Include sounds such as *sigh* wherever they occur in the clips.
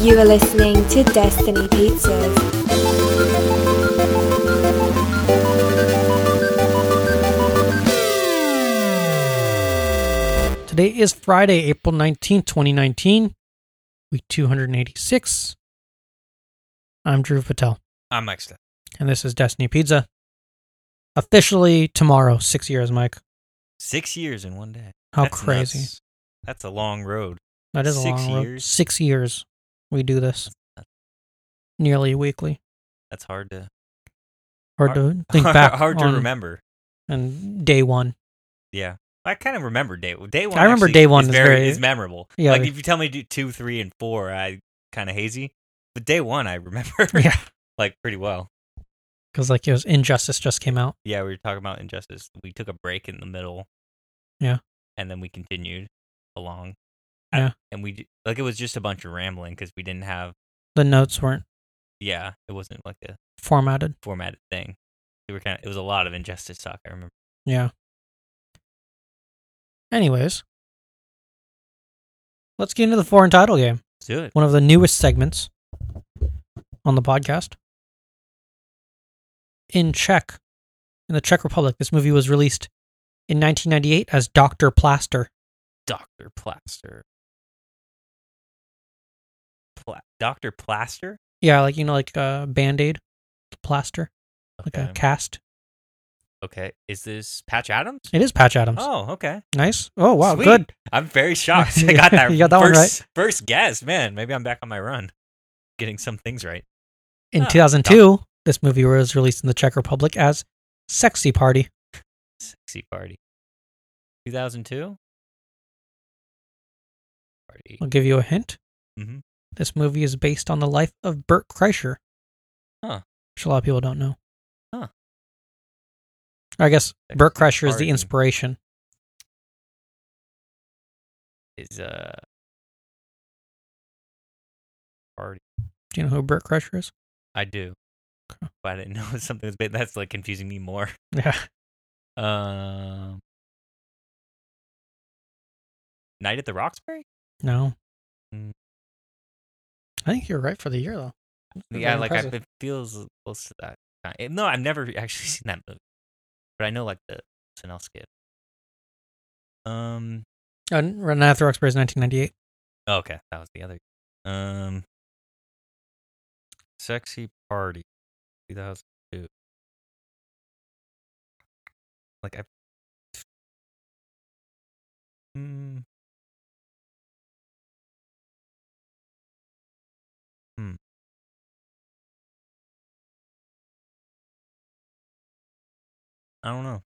You are listening to Destiny Pizzas. Today is Friday, April 19th, 2019, week 286. I'm Drew Patel, I'm Mike Steph. and this is Destiny Pizza. Officially tomorrow, six years, Mike. Six years in one day. How That's crazy. nuts. That's a long road. That is a Six long road. years? Six years we do this nearly weekly. That's hard to *laughs* Hard, Hard- *laughs* to think back. hard to on- remember. And day one. Yeah, I kind of remember day day one. I remember actually day one is is very, very- is memorable. Yeah. like if you tell me to do two, three, and four, I kind of hazy. But day one, I remember. *laughs* Yeah. *laughs* like pretty well. Because, like, it was Injustice just came out. Yeah, we were talking about injustice. We took a break in the middle. Yeah. and then we continued along. Yeah. and we d- like it was just a bunch of rambling because we didn't have. The notes weren't Yeah, it wasn't like a formatted. formatted thing. We were kind of. It was a lot of injustice talk. I remember. Yeah. Anyways, let's get into the foreign title game, Let's do it. one of the newest segments on the podcast. In Czech, in the Czech Republic, this movie was released in 1998 as Dr. Plaster. Dr. Plaster. Pla- Dr. Plaster? Yeah, like, you know, like a band aid, plaster, like Okay. a cast. okay. Is this Patch Adams? It is Patch Adams. Oh, okay. Nice. Oh, wow. Sweet. Good. I'm *laughs* very shocked. I got that, You got that one first, right. first guess. Man, maybe I'm back on my run. Getting some things right. In Oh, 2002, this movie was released in the Czech Republic as Sexy Party. Sexy party. 2002? Party. I'll give you a hint. Mhm. This movie is based on the life of Bert Kreischer. Huh. Which a lot of people don't know. Huh. I guess Bert Sexy Kreischer is the party. inspiration. Is, uh, party. Do you know who Bert Kreischer is? I do. But I didn't *laughs* know something was big. That's like confusing me more. Yeah. Um, Night at the Roxbury. No. Hmm. I think you're right for the year though. That's Yeah, very like I, impressive. it feels close to that. kind- eh, No, I've never *laughs* actually seen that movie, but I know like the SNL skit. Um. And Run Uh, After Roxbury is 1998. oh, okay, that was the other. Um. Sexy Party, 2002. Like I. Hmm. Hmm. I don't know.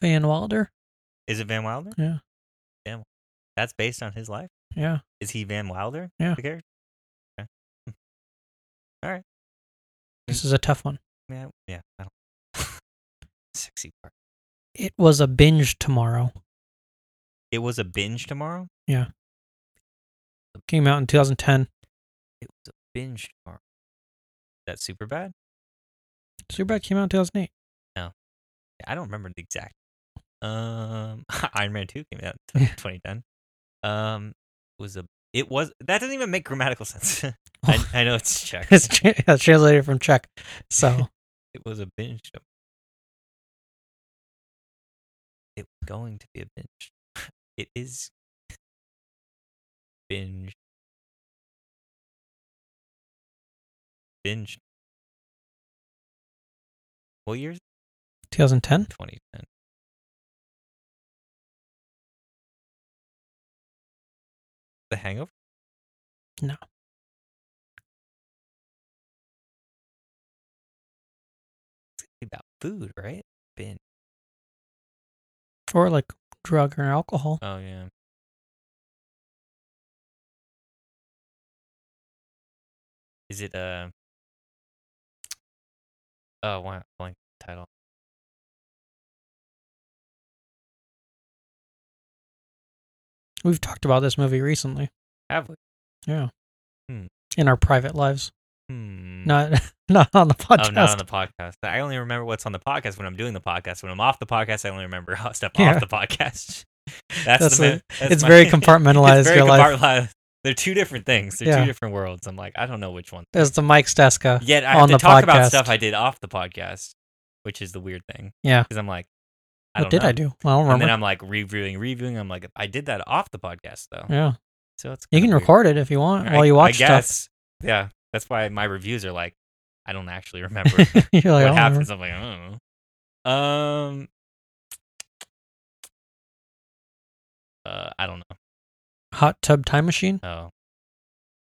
Van Wilder. Is it Van Wilder? Yeah. Van. That's based on his life. Yeah. Is he Van Wilder? Yeah. The character? Okay. Hmm. All right. Mm. This is a tough one. Yeah. Yeah. I don't. *laughs* Sexy part. It was a binge tomorrow. It was a binge tomorrow. Came out in 2010. It was a binge tomorrow. That's super bad. Superbad came out in 2008. I don't remember the exact. *laughs* Um, *laughs* Iron Man Two came out in Yeah. 2010. Um, was a it was that doesn't even make grammatical sense. *laughs* *laughs* I, I know it's Czech. *laughs* it's tra- *laughs* it's translated from Czech. *laughs* So It was a binge. to- It was going to be a binge. *laughs* It is binge. Binge. What year is 2010. 2010? The Hangover? No. It's about food, right? Binge. Or like drug or alcohol. Oh yeah. Is it uh Oh wow, blank title. We've talked about this movie recently. Have we? Yeah. Hmm. In our private lives, Hmm. not *laughs* not on the podcast. Oh, not on the podcast. I only remember what's on the podcast when I'm doing the podcast. When I'm off the podcast, I only remember *laughs* how stuff Yeah. off the podcast. *laughs* That's, That's the. a- ma- that's it's my- *laughs* very compartmentalized. it's very your life. compartmentalized. They're two different things. They're Yeah. two different worlds. I'm like, I have to know which one. There's the uh, Mike Steska. Yet I On have to the talk about podcast. stuff I did off the podcast, which is the weird thing. Yeah. Because I'm like, I What don't did know. I do? Well, I don't And then remember. I'm like reviewing, reviewing. I'm like, I did that off the podcast though. Yeah. So it's You kinda can weird. record it if you want I- while you I watch stuff. guess. Yeah, that's why my reviews are like, I don't actually remember *laughs* what You're like, "I don't happens. I'm like, I don't know. Um, uh, I don't know. remember." Hot Tub Time Machine. Oh,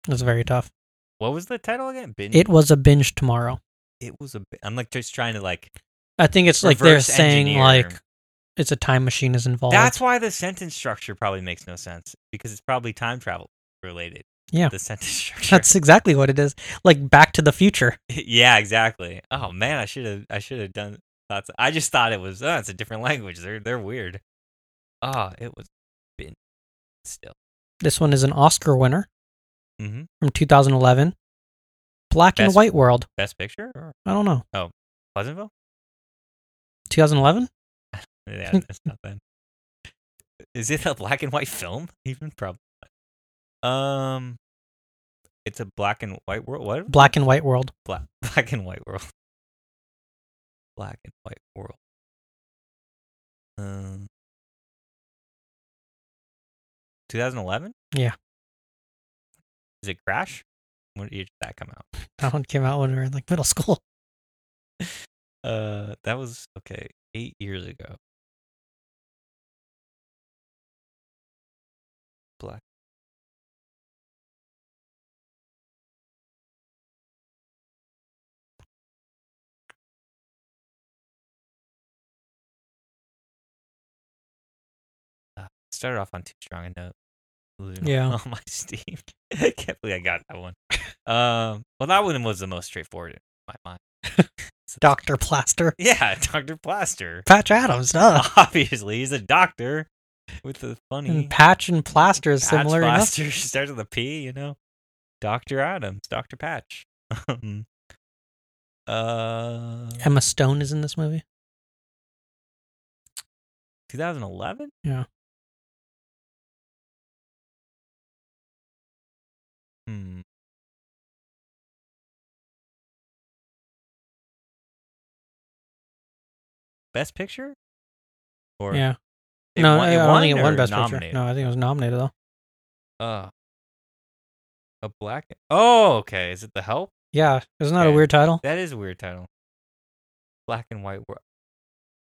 That's very tough. what was the title again? Bin- It was a binge tomorrow. it was a. bi- I'm like just trying to like. I think it's like they're Reverse saying engineer. like it's a time machine is involved. That's why the sentence structure probably makes no sense because it's probably time travel related. Yeah. the sentence *laughs* structure. That's exactly what it is. Like Back to the Future. yeah, exactly. Oh man, I should have I should have done thoughts. I just thought it was oh, it's a different language. They're they're weird. Ah, it was been still. This one is an Oscar winner Mm-hmm. from 2011. Black and Best- White World. Best picture or I don't know. Pleasantville? 2011? Yeah, that's not bad. Is it a black and white film? *laughs* Even probably. not. Um, it's a black and white world. What? Black and White World. black *laughs* black and white world. Black and white world. Um, 2011. Yeah. Is it Crash? When did that come out? That one came out when we were in like middle school. *laughs* Uh, that was okay. Eight years ago. Black. Ah, Started off on too strong a note. Losing all- *laughs* Yeah. all my steam. I can't believe I got that one. Um, well, that one was the most straightforward in my mind. Dr. Plaster. Yeah, *laughs* Dr. *laughs* Plaster. Patch Adams. Duh. Obviously, he's a doctor with the funny And Patch and Plaster is Patch similar enough. Plaster *laughs* starts with a P, you know. Dr. Adams, Dr. Patch. *laughs* Um, uh, Emma Stone is in this movie. 2011? Yeah. Hmm. Best picture? Or Yeah. it no, won- I it I won only get one or Best Picture. nominated? No, I think it was nominated though. Uh, a black. Oh, okay. Is it the help? Yeah, isn't that a Okay. weird title? That is a weird title. Black and white world.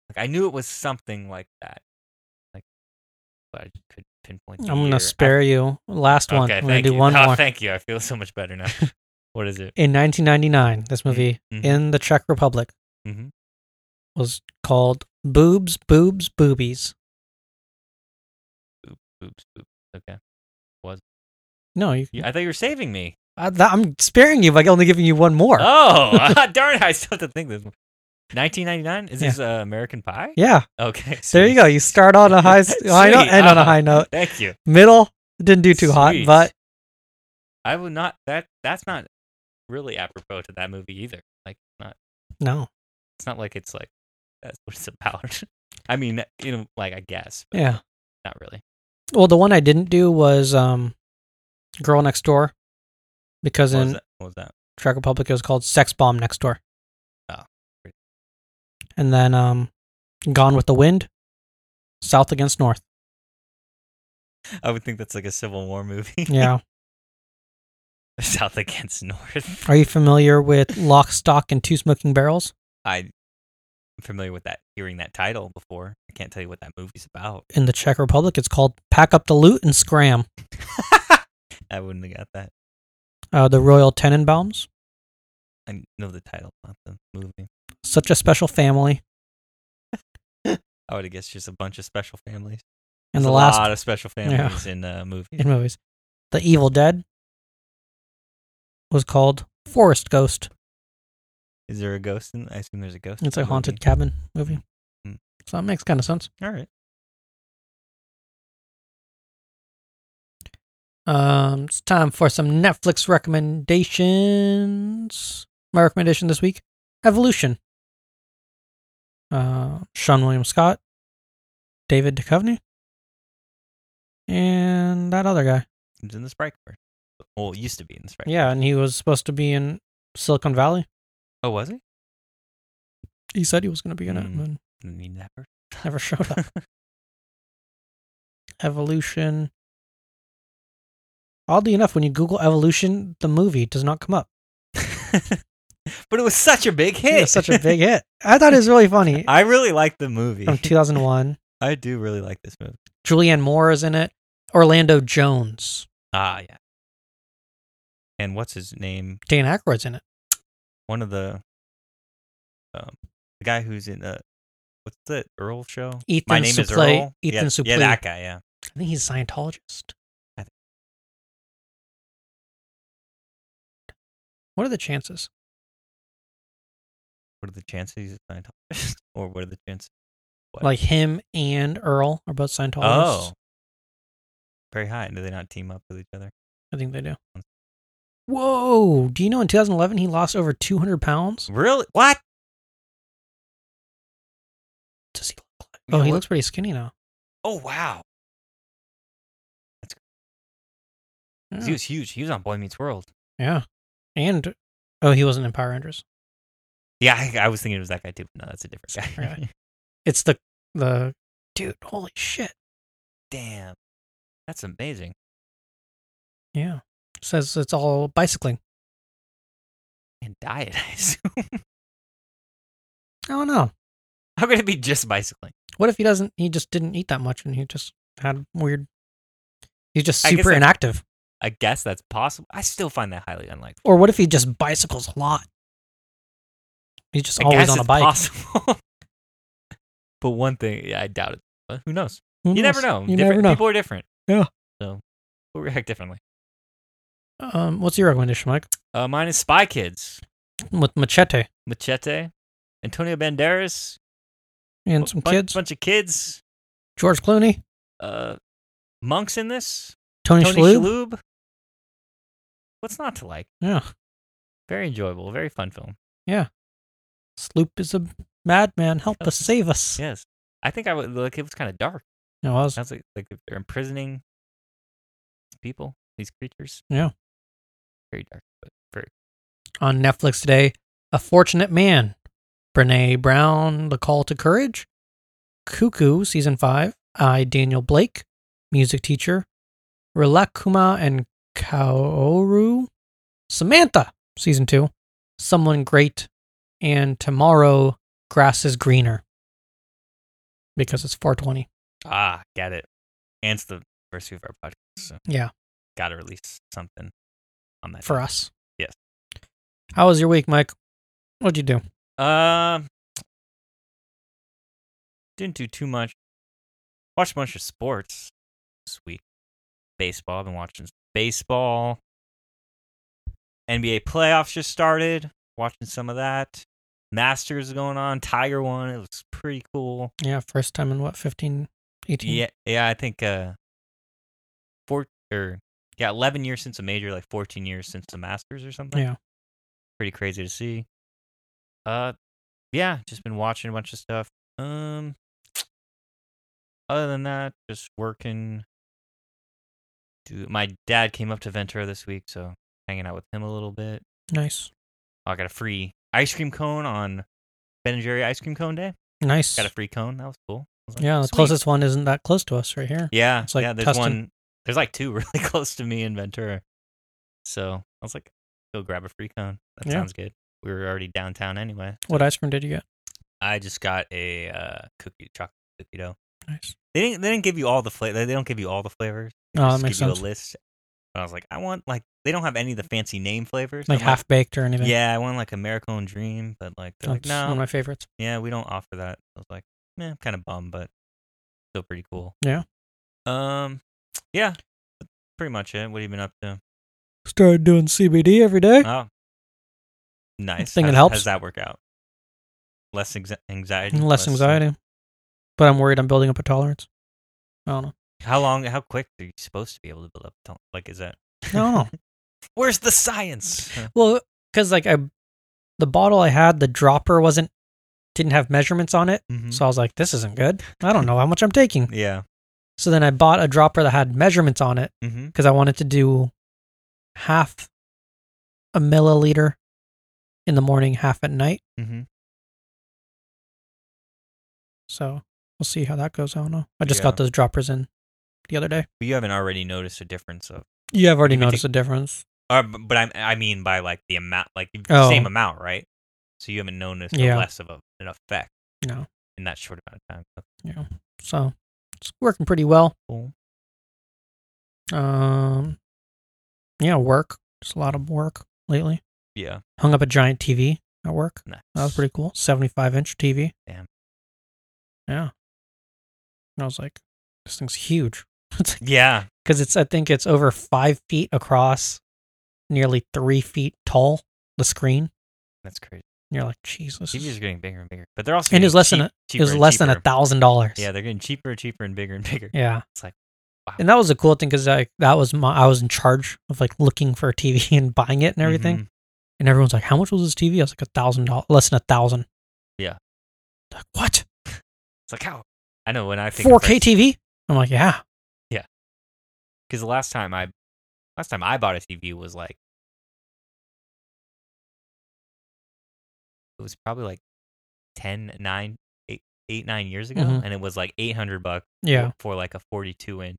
Like I knew it was something like that. Like, but I could pinpoint. the I'm gonna year. spare you. Last I, one. Okay, We're gonna thank do you. one Oh, more. Thank you. I feel so *laughs* much better now. what is it? In 1999, this movie mhm. in the Czech Republic Mhm. was called Boobs, Boobs, Boobies. Oops. oops. Okay. No, you, Yeah, I thought you were saving me. I, th- Uh, I'm sparing you by only giving you one more. *laughs* Oh, *laughs* darn it! I still have to think this. 1999. Is this uh, American Pie? Yeah, Okay. there you go. You start on a high, *laughs* s- high note, Sweet. end on a Ah, high note. Thank you. Middle didn't do too hot, Sweet. but I would not. That that's not really apropos to that movie either. Like, not no, it's not like it's like that's *laughs* what it's about. I mean, you know, like I guess, but yeah. not really. Well, the one I didn't do was um, Girl Next Door, because What was in that? What was that? Czech Republic it was called Sex Bomb Next Door. Oh. And then um, Gone with the Wind, South Against *laughs* North. I would think that's like a Civil War movie. Yeah. *laughs* South against North. Are you familiar with Lock, Stock, and Two Smoking Barrels? I'm familiar with that. Hearing that title before, I can't tell you what that movie's about. In the Czech Republic, it's called Pack Up the Loot and Scram. I wouldn't have got that. Uh, the Royal Tenenbaums, I know the title, not the movie. Such a Special Family, I would have guessed just a bunch of special families. and There's the a last lot of special Yeah. families in uh, movies. in movies, The Evil Dead, was called Forest Ghost. Is there a ghost in? I assume there's a ghost. in It's a that movie. haunted cabin movie. Mm. So that makes kind of sense. All right. Um, it's time for some Netflix recommendations. My recommendation this week: Evolution. Uh, Sean William Scott, David Duchovny, and that other guy. It's in the Sprite Course. Well, it used to be in this right. Yeah, and he was supposed to be in Silicon Valley. Oh, was he? He said he was going to be in it, Mm. and He never. *laughs* never showed up. Evolution. Oddly enough, when you Google Evolution, the movie does not come up. *laughs* but it was such a big It hit. was such a big hit. I thought it was really *laughs* funny. I really like the movie. From 2001, *laughs* I do really like this movie. Julianne Moore is in it. Orlando Jones, Ah, yeah. And what's his name? Dan Aykroyd's in it. One of the, um, the guy who's in the, what's the Earl show? Ethan My name is Suplee- Earl. Ethan yeah, Suplee. Yeah, that guy. Yeah. I think he's a Scientologist. I think- What are the chances? What are the chances he's a Scientologist? *laughs* or what are the chances? What? Like him and Earl are both Scientologists. Oh. Very high. Do they not team up with each other? I think they do. Whoa! Do you know in 2011 he lost over 200 pounds? Really? What? Does he look like? You Oh, know he what? looks pretty skinny now. Oh wow. 'Cause He Yeah. was huge. He was on Boy Meets World. Yeah. And oh, he wasn't in Power Rangers. Yeah, I, I was thinking it was that guy too. but No, that's a different guy. Sorry. It's the the dude. Holy shit! *laughs* Damn. That's amazing. Yeah. Says it's all bicycling. And diet, *laughs* I assume. I don't know. How could it be just bicycling? What if he doesn't? He just didn't eat that much, and he just had weird. He's just I guess super that's- inactive. I guess that's possible. I still find that highly unlikely. Or what if he just bicycles a lot? He's just I always guess on a it's bike. possible. *laughs* but one thing, yeah, I doubt it. But who knows? Who you never knows? know. You Different- never know. People are different. Yeah. So we'll react differently. Um, what's your recommendation, Mike? Uh, mine is Spy Kids, With machete Machete, Antonio Banderas, and bu- some bun- kids, bunch of kids, George Clooney, uh, monks in this, Tony, Tony Shalhoub. Shalhoub. What's not to like? Yeah, Very enjoyable, very fun film. Sloop is a madman. Help us, save us. Yes, I think I would like. It was kind of dark. No, I was Sounds like like if they're imprisoning people, these creatures. Yeah. Very dark, but very on Netflix today. A Fortunate Man, Brene Brown, The Call to Courage, Cuckoo, Season 5, I, Daniel Blake, Music Teacher, Rilakuma and Kaoru, Samantha, Season 2, Someone Great, and Tomorrow, Grass is Greener. Because it's 420. ah, get it. And it's the anniversary of our podcast, so Yeah, got to release something on that. for day. us. Yes. How was your week, Mike? What'd you do? Um, didn't do too much. Watched a bunch of sports this week. Baseball. I've been watching baseball. NBA playoffs just started. Watching some of that. Masters is going on. Tiger won. It was pretty cool. Yeah, first time in what, 15, 18? Yeah, yeah. I think uh, four or yeah, eleven years since a major, like fourteen years since the Masters or something. Yeah. pretty crazy to see. Uh, yeah, just been watching a bunch of stuff. Um, other than that, just working. Dude, my dad came up to Ventura this week, so hanging out with him a little bit. Oh, Nice. I got a free ice cream cone on Ben and Jerry ice cream cone day. Nice. Got a free cone. That was cool. I was like, Yeah, the "Sweet." closest one isn't that close to us right here. Yeah, It's like yeah. There's Tustin. one. There's like two *laughs* really close to me in Ventura. So I was like, go grab a free cone. That Yeah. sounds good. We were already downtown anyway. What ice cream did you get? I just got a uh, cookie chocolate cookie dough. Nice. They didn't. They didn't give you all the flavor. They don't give you all the flavors. They Oh, that just makes give sense. you a list. And I was like, I want like they don't have any of the fancy name flavors. Like I'm half baked or anything. Yeah, I want like American Dream, but like they're like Oh, That's one no, of my favorites. yeah, we don't offer that. I was like, eh, I'm kind of bummed, but still pretty cool. Yeah. Um, yeah, that's pretty much it. What have you been up to? Started doing CBD every day. Oh, nice. think it How's- helps. How's that work out? Less exa- anxiety. uh, and Mm, less anxiety. But I'm worried I'm building up a tolerance. I don't know. How long? How quick are you supposed to be able to build up? tone? Like, is that? I don't *laughs* know. Where's the science? well, because like I, the bottle I had, the dropper wasn't, didn't have measurements on it. Mhm. So I was like, this isn't good. I don't know how much I'm taking. Yeah. So then I bought a dropper that had measurements on it Mm-hmm. because I wanted to do half a milliliter in the morning, half at night. Mm-hmm. So we'll see how that goes. I don't know. I just Yeah. got those droppers in the other day. But you haven't already noticed a difference of, Yeah, I've already You can noticed a difference. or, b- but I I mean by like the amount, like the Oh. same amount, right? So you haven't noticed Yeah. a less of a, an effect No. in that short amount of time. That's So it's working pretty well. cool. Um, yeah, work. Just a lot of work lately. Yeah. Hung up a giant TV at work. Nice. That was pretty cool. 75 inch TV. Damn. Yeah. And I was like, this thing's huge. It's Yeah. because it's I think it's over five feet across, nearly three feet tall. The screen, That's crazy. and you're like, Jesus, TVs are getting bigger and bigger, but they're also And it was getting less than cheap- it cheaper was and less than a cheaper. thousand dollars. Yeah, they're getting cheaper and cheaper and bigger and bigger. yeah. It's like, wow. And that was a cool thing because like that was my I was in charge of like looking for a TV *laughs* and buying it and everything. Mhm. And everyone's like, "How much was this TV?" I was like, "A thousand dollars, less than a thousand. Yeah. Like what? It's like how I know when I think Four K TV? I'm like, yeah, because the last time I last time I bought a TV was like it was probably like 10, 9, 8, 8 9 years ago, Mhm. and it was like eight hundred bucks yeah, *laughs* for like a forty two inch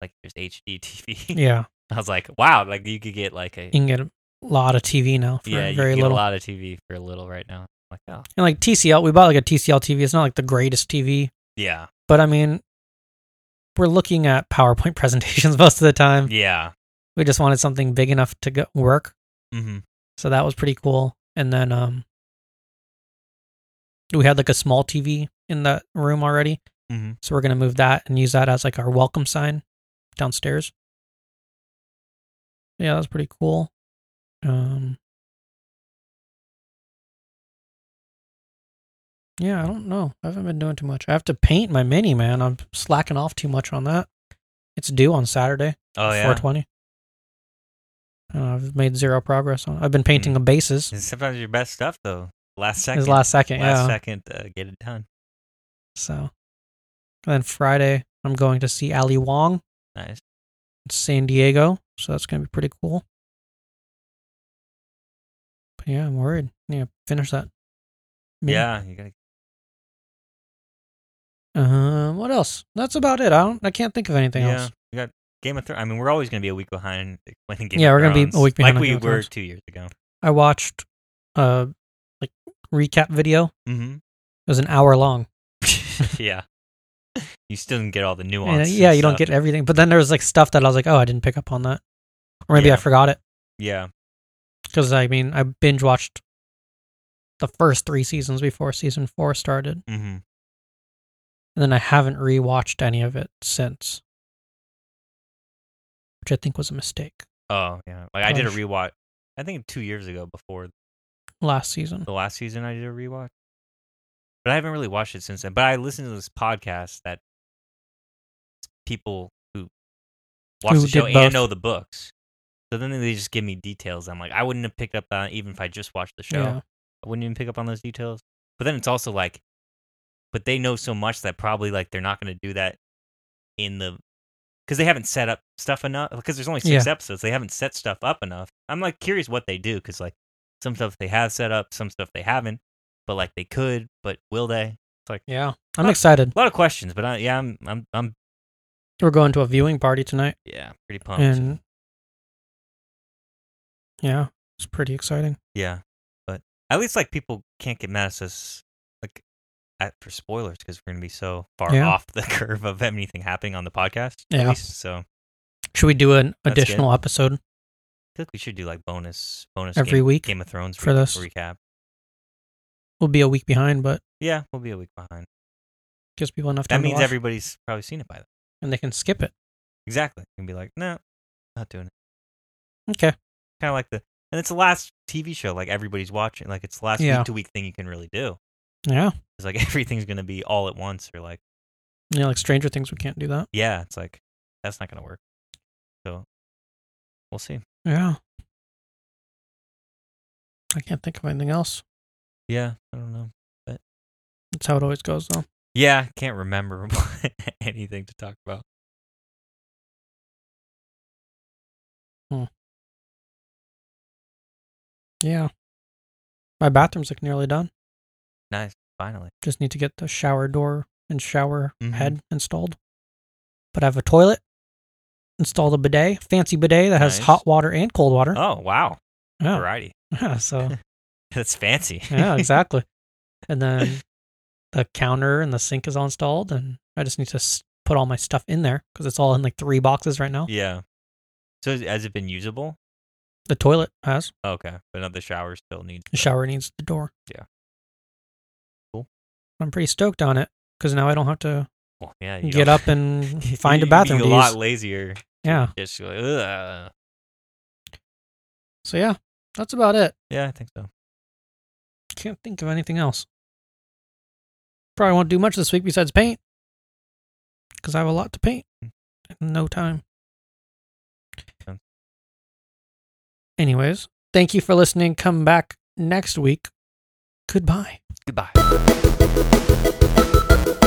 like just HD TV. yeah. *laughs* I was like, wow, like you could get like a You can get a lot of TV now for yeah, you very could get little. a lot of TV for a little right now. I'm like oh And like TCL, we bought like a TCL TV. It's not like the greatest TV, yeah but I mean, we're looking at PowerPoint *laughs* presentations most of the time. yeah We just wanted something big enough to go- work, mm-hmm. so that was pretty cool. And then um, we had like a small TV in the room already, Mhm. so we're gonna move that and use that as like our welcome sign downstairs. Yeah, that was pretty cool. Um, yeah, I don't know. I haven't been doing too much. I have to paint my mini, man. I'm slacking off too much on that. It's due on Saturday. oh yeah 420. And I've made zero progress on. it. I've been painting the bases. And sometimes your best stuff though last Hmm. second His last second, last yeah. second uh, get it done So, and then Friday I'm going to see Ali Wong nice in San Diego, so that's gonna be pretty cool. But yeah, I'm worried. Yeah, finish that. mini. yeah you gotta Um. What else? That's about it. I don't. I can't think of anything yeah, else. We got Game of Thrones. I mean, we're always going to be a week behind *laughs* explaining Game Yeah, of we're gonna be a Thrones, week behind Like on we Game of were Thrones. two years ago. I watched, uh, like recap video. It Mm-hmm. *laughs* was an hour long. *laughs* yeah. You still didn't get all the And, uh, nuance. yeah, and you don't stuff. get everything. But then there was like stuff that I was like, oh, I didn't pick up on that, or maybe I Yeah. forgot it Yeah. because I mean I binge watched the first three seasons before season four started, Mm-hmm. and then I haven't rewatched any of it since, which I think was a mistake Oh, yeah. Like, I did a Gosh. rewatch, I think two years ago before last season. the last season I did a rewatch. But I haven't really watched it since then. But I listened to this podcast that people who watch Who the show did and both. know the books. So then they just give me details. I'm like, I wouldn't have picked up on it even if I just watched the show. Yeah, I wouldn't even pick up on those details. But then it's also like, but they know so much that probably like they're not going to do that in the because they haven't set up stuff enough. Because there's only six episodes, they haven't set stuff up enough. I'm like curious what they do because like some stuff they have set up, some stuff they haven't. But like they could, but will they? yeah. I'm excited. A lot of questions, but I, yeah, I'm, I'm, I'm, We're going to a viewing party tonight, yeah, pretty pumped. and yeah, it's pretty exciting. Yeah, but at least like people can't get mad at us like at, for spoilers because we're gonna be so far Yeah. off *laughs* the curve of anything happening on the podcast. at Yeah. least, so I Should we do an That's good. additional episode? think we should do like bonus bonus Every Game, week Game of Thrones for re- this. recap. We'll be a week behind, but Yeah, we'll be a week behind. gives people enough time. That to means watch, everybody's probably seen it by then. and they can skip it. Exactly, you can be like, no, not doing it. Okay. Kind of like the and it's the last TV show like everybody's watching. Like it's the last Yeah. week to week thing you can really do. Yeah. It's like *laughs* everything's gonna be all at once or like Yeah, like Stranger Things, we can't do that. yeah, it's like that's not gonna work. So we'll see. Yeah. I can't think of anything else. Yeah, I don't know. That's how it always goes, though. Yeah, can't remember *laughs* anything to talk about. Yeah. My bathroom's like nearly done. Nice. Finally. Just need to get the shower door and shower Mhm. head installed. But I have a toilet, installed a bidet, fancy bidet that has Nice. hot water and cold water. Oh wow. yeah. Variety. *laughs* yeah. So, *laughs* That's fancy. yeah, exactly. and then the counter and the sink is all installed. And I just need to s- put all my stuff in there because it's all in like three boxes right now. yeah. So has- has it been usable? The toilet has. Okay, but now the shower still needs. The shower needs the door. Yeah. Cool. I'm pretty stoked on it because now I don't have to Well, Oh, yeah. you get don't- up *laughs* and find a You'd be bathroom A to lot use. lazier. Yeah. Just like, Ugh. So yeah, that's about it. Yeah, I think so. Can't think of anything else. Probably won't do much this week besides paint because I have a lot to paint in no time. Sounds- Anyways, thank you for listening. Come back next week. Goodbye. Goodbye.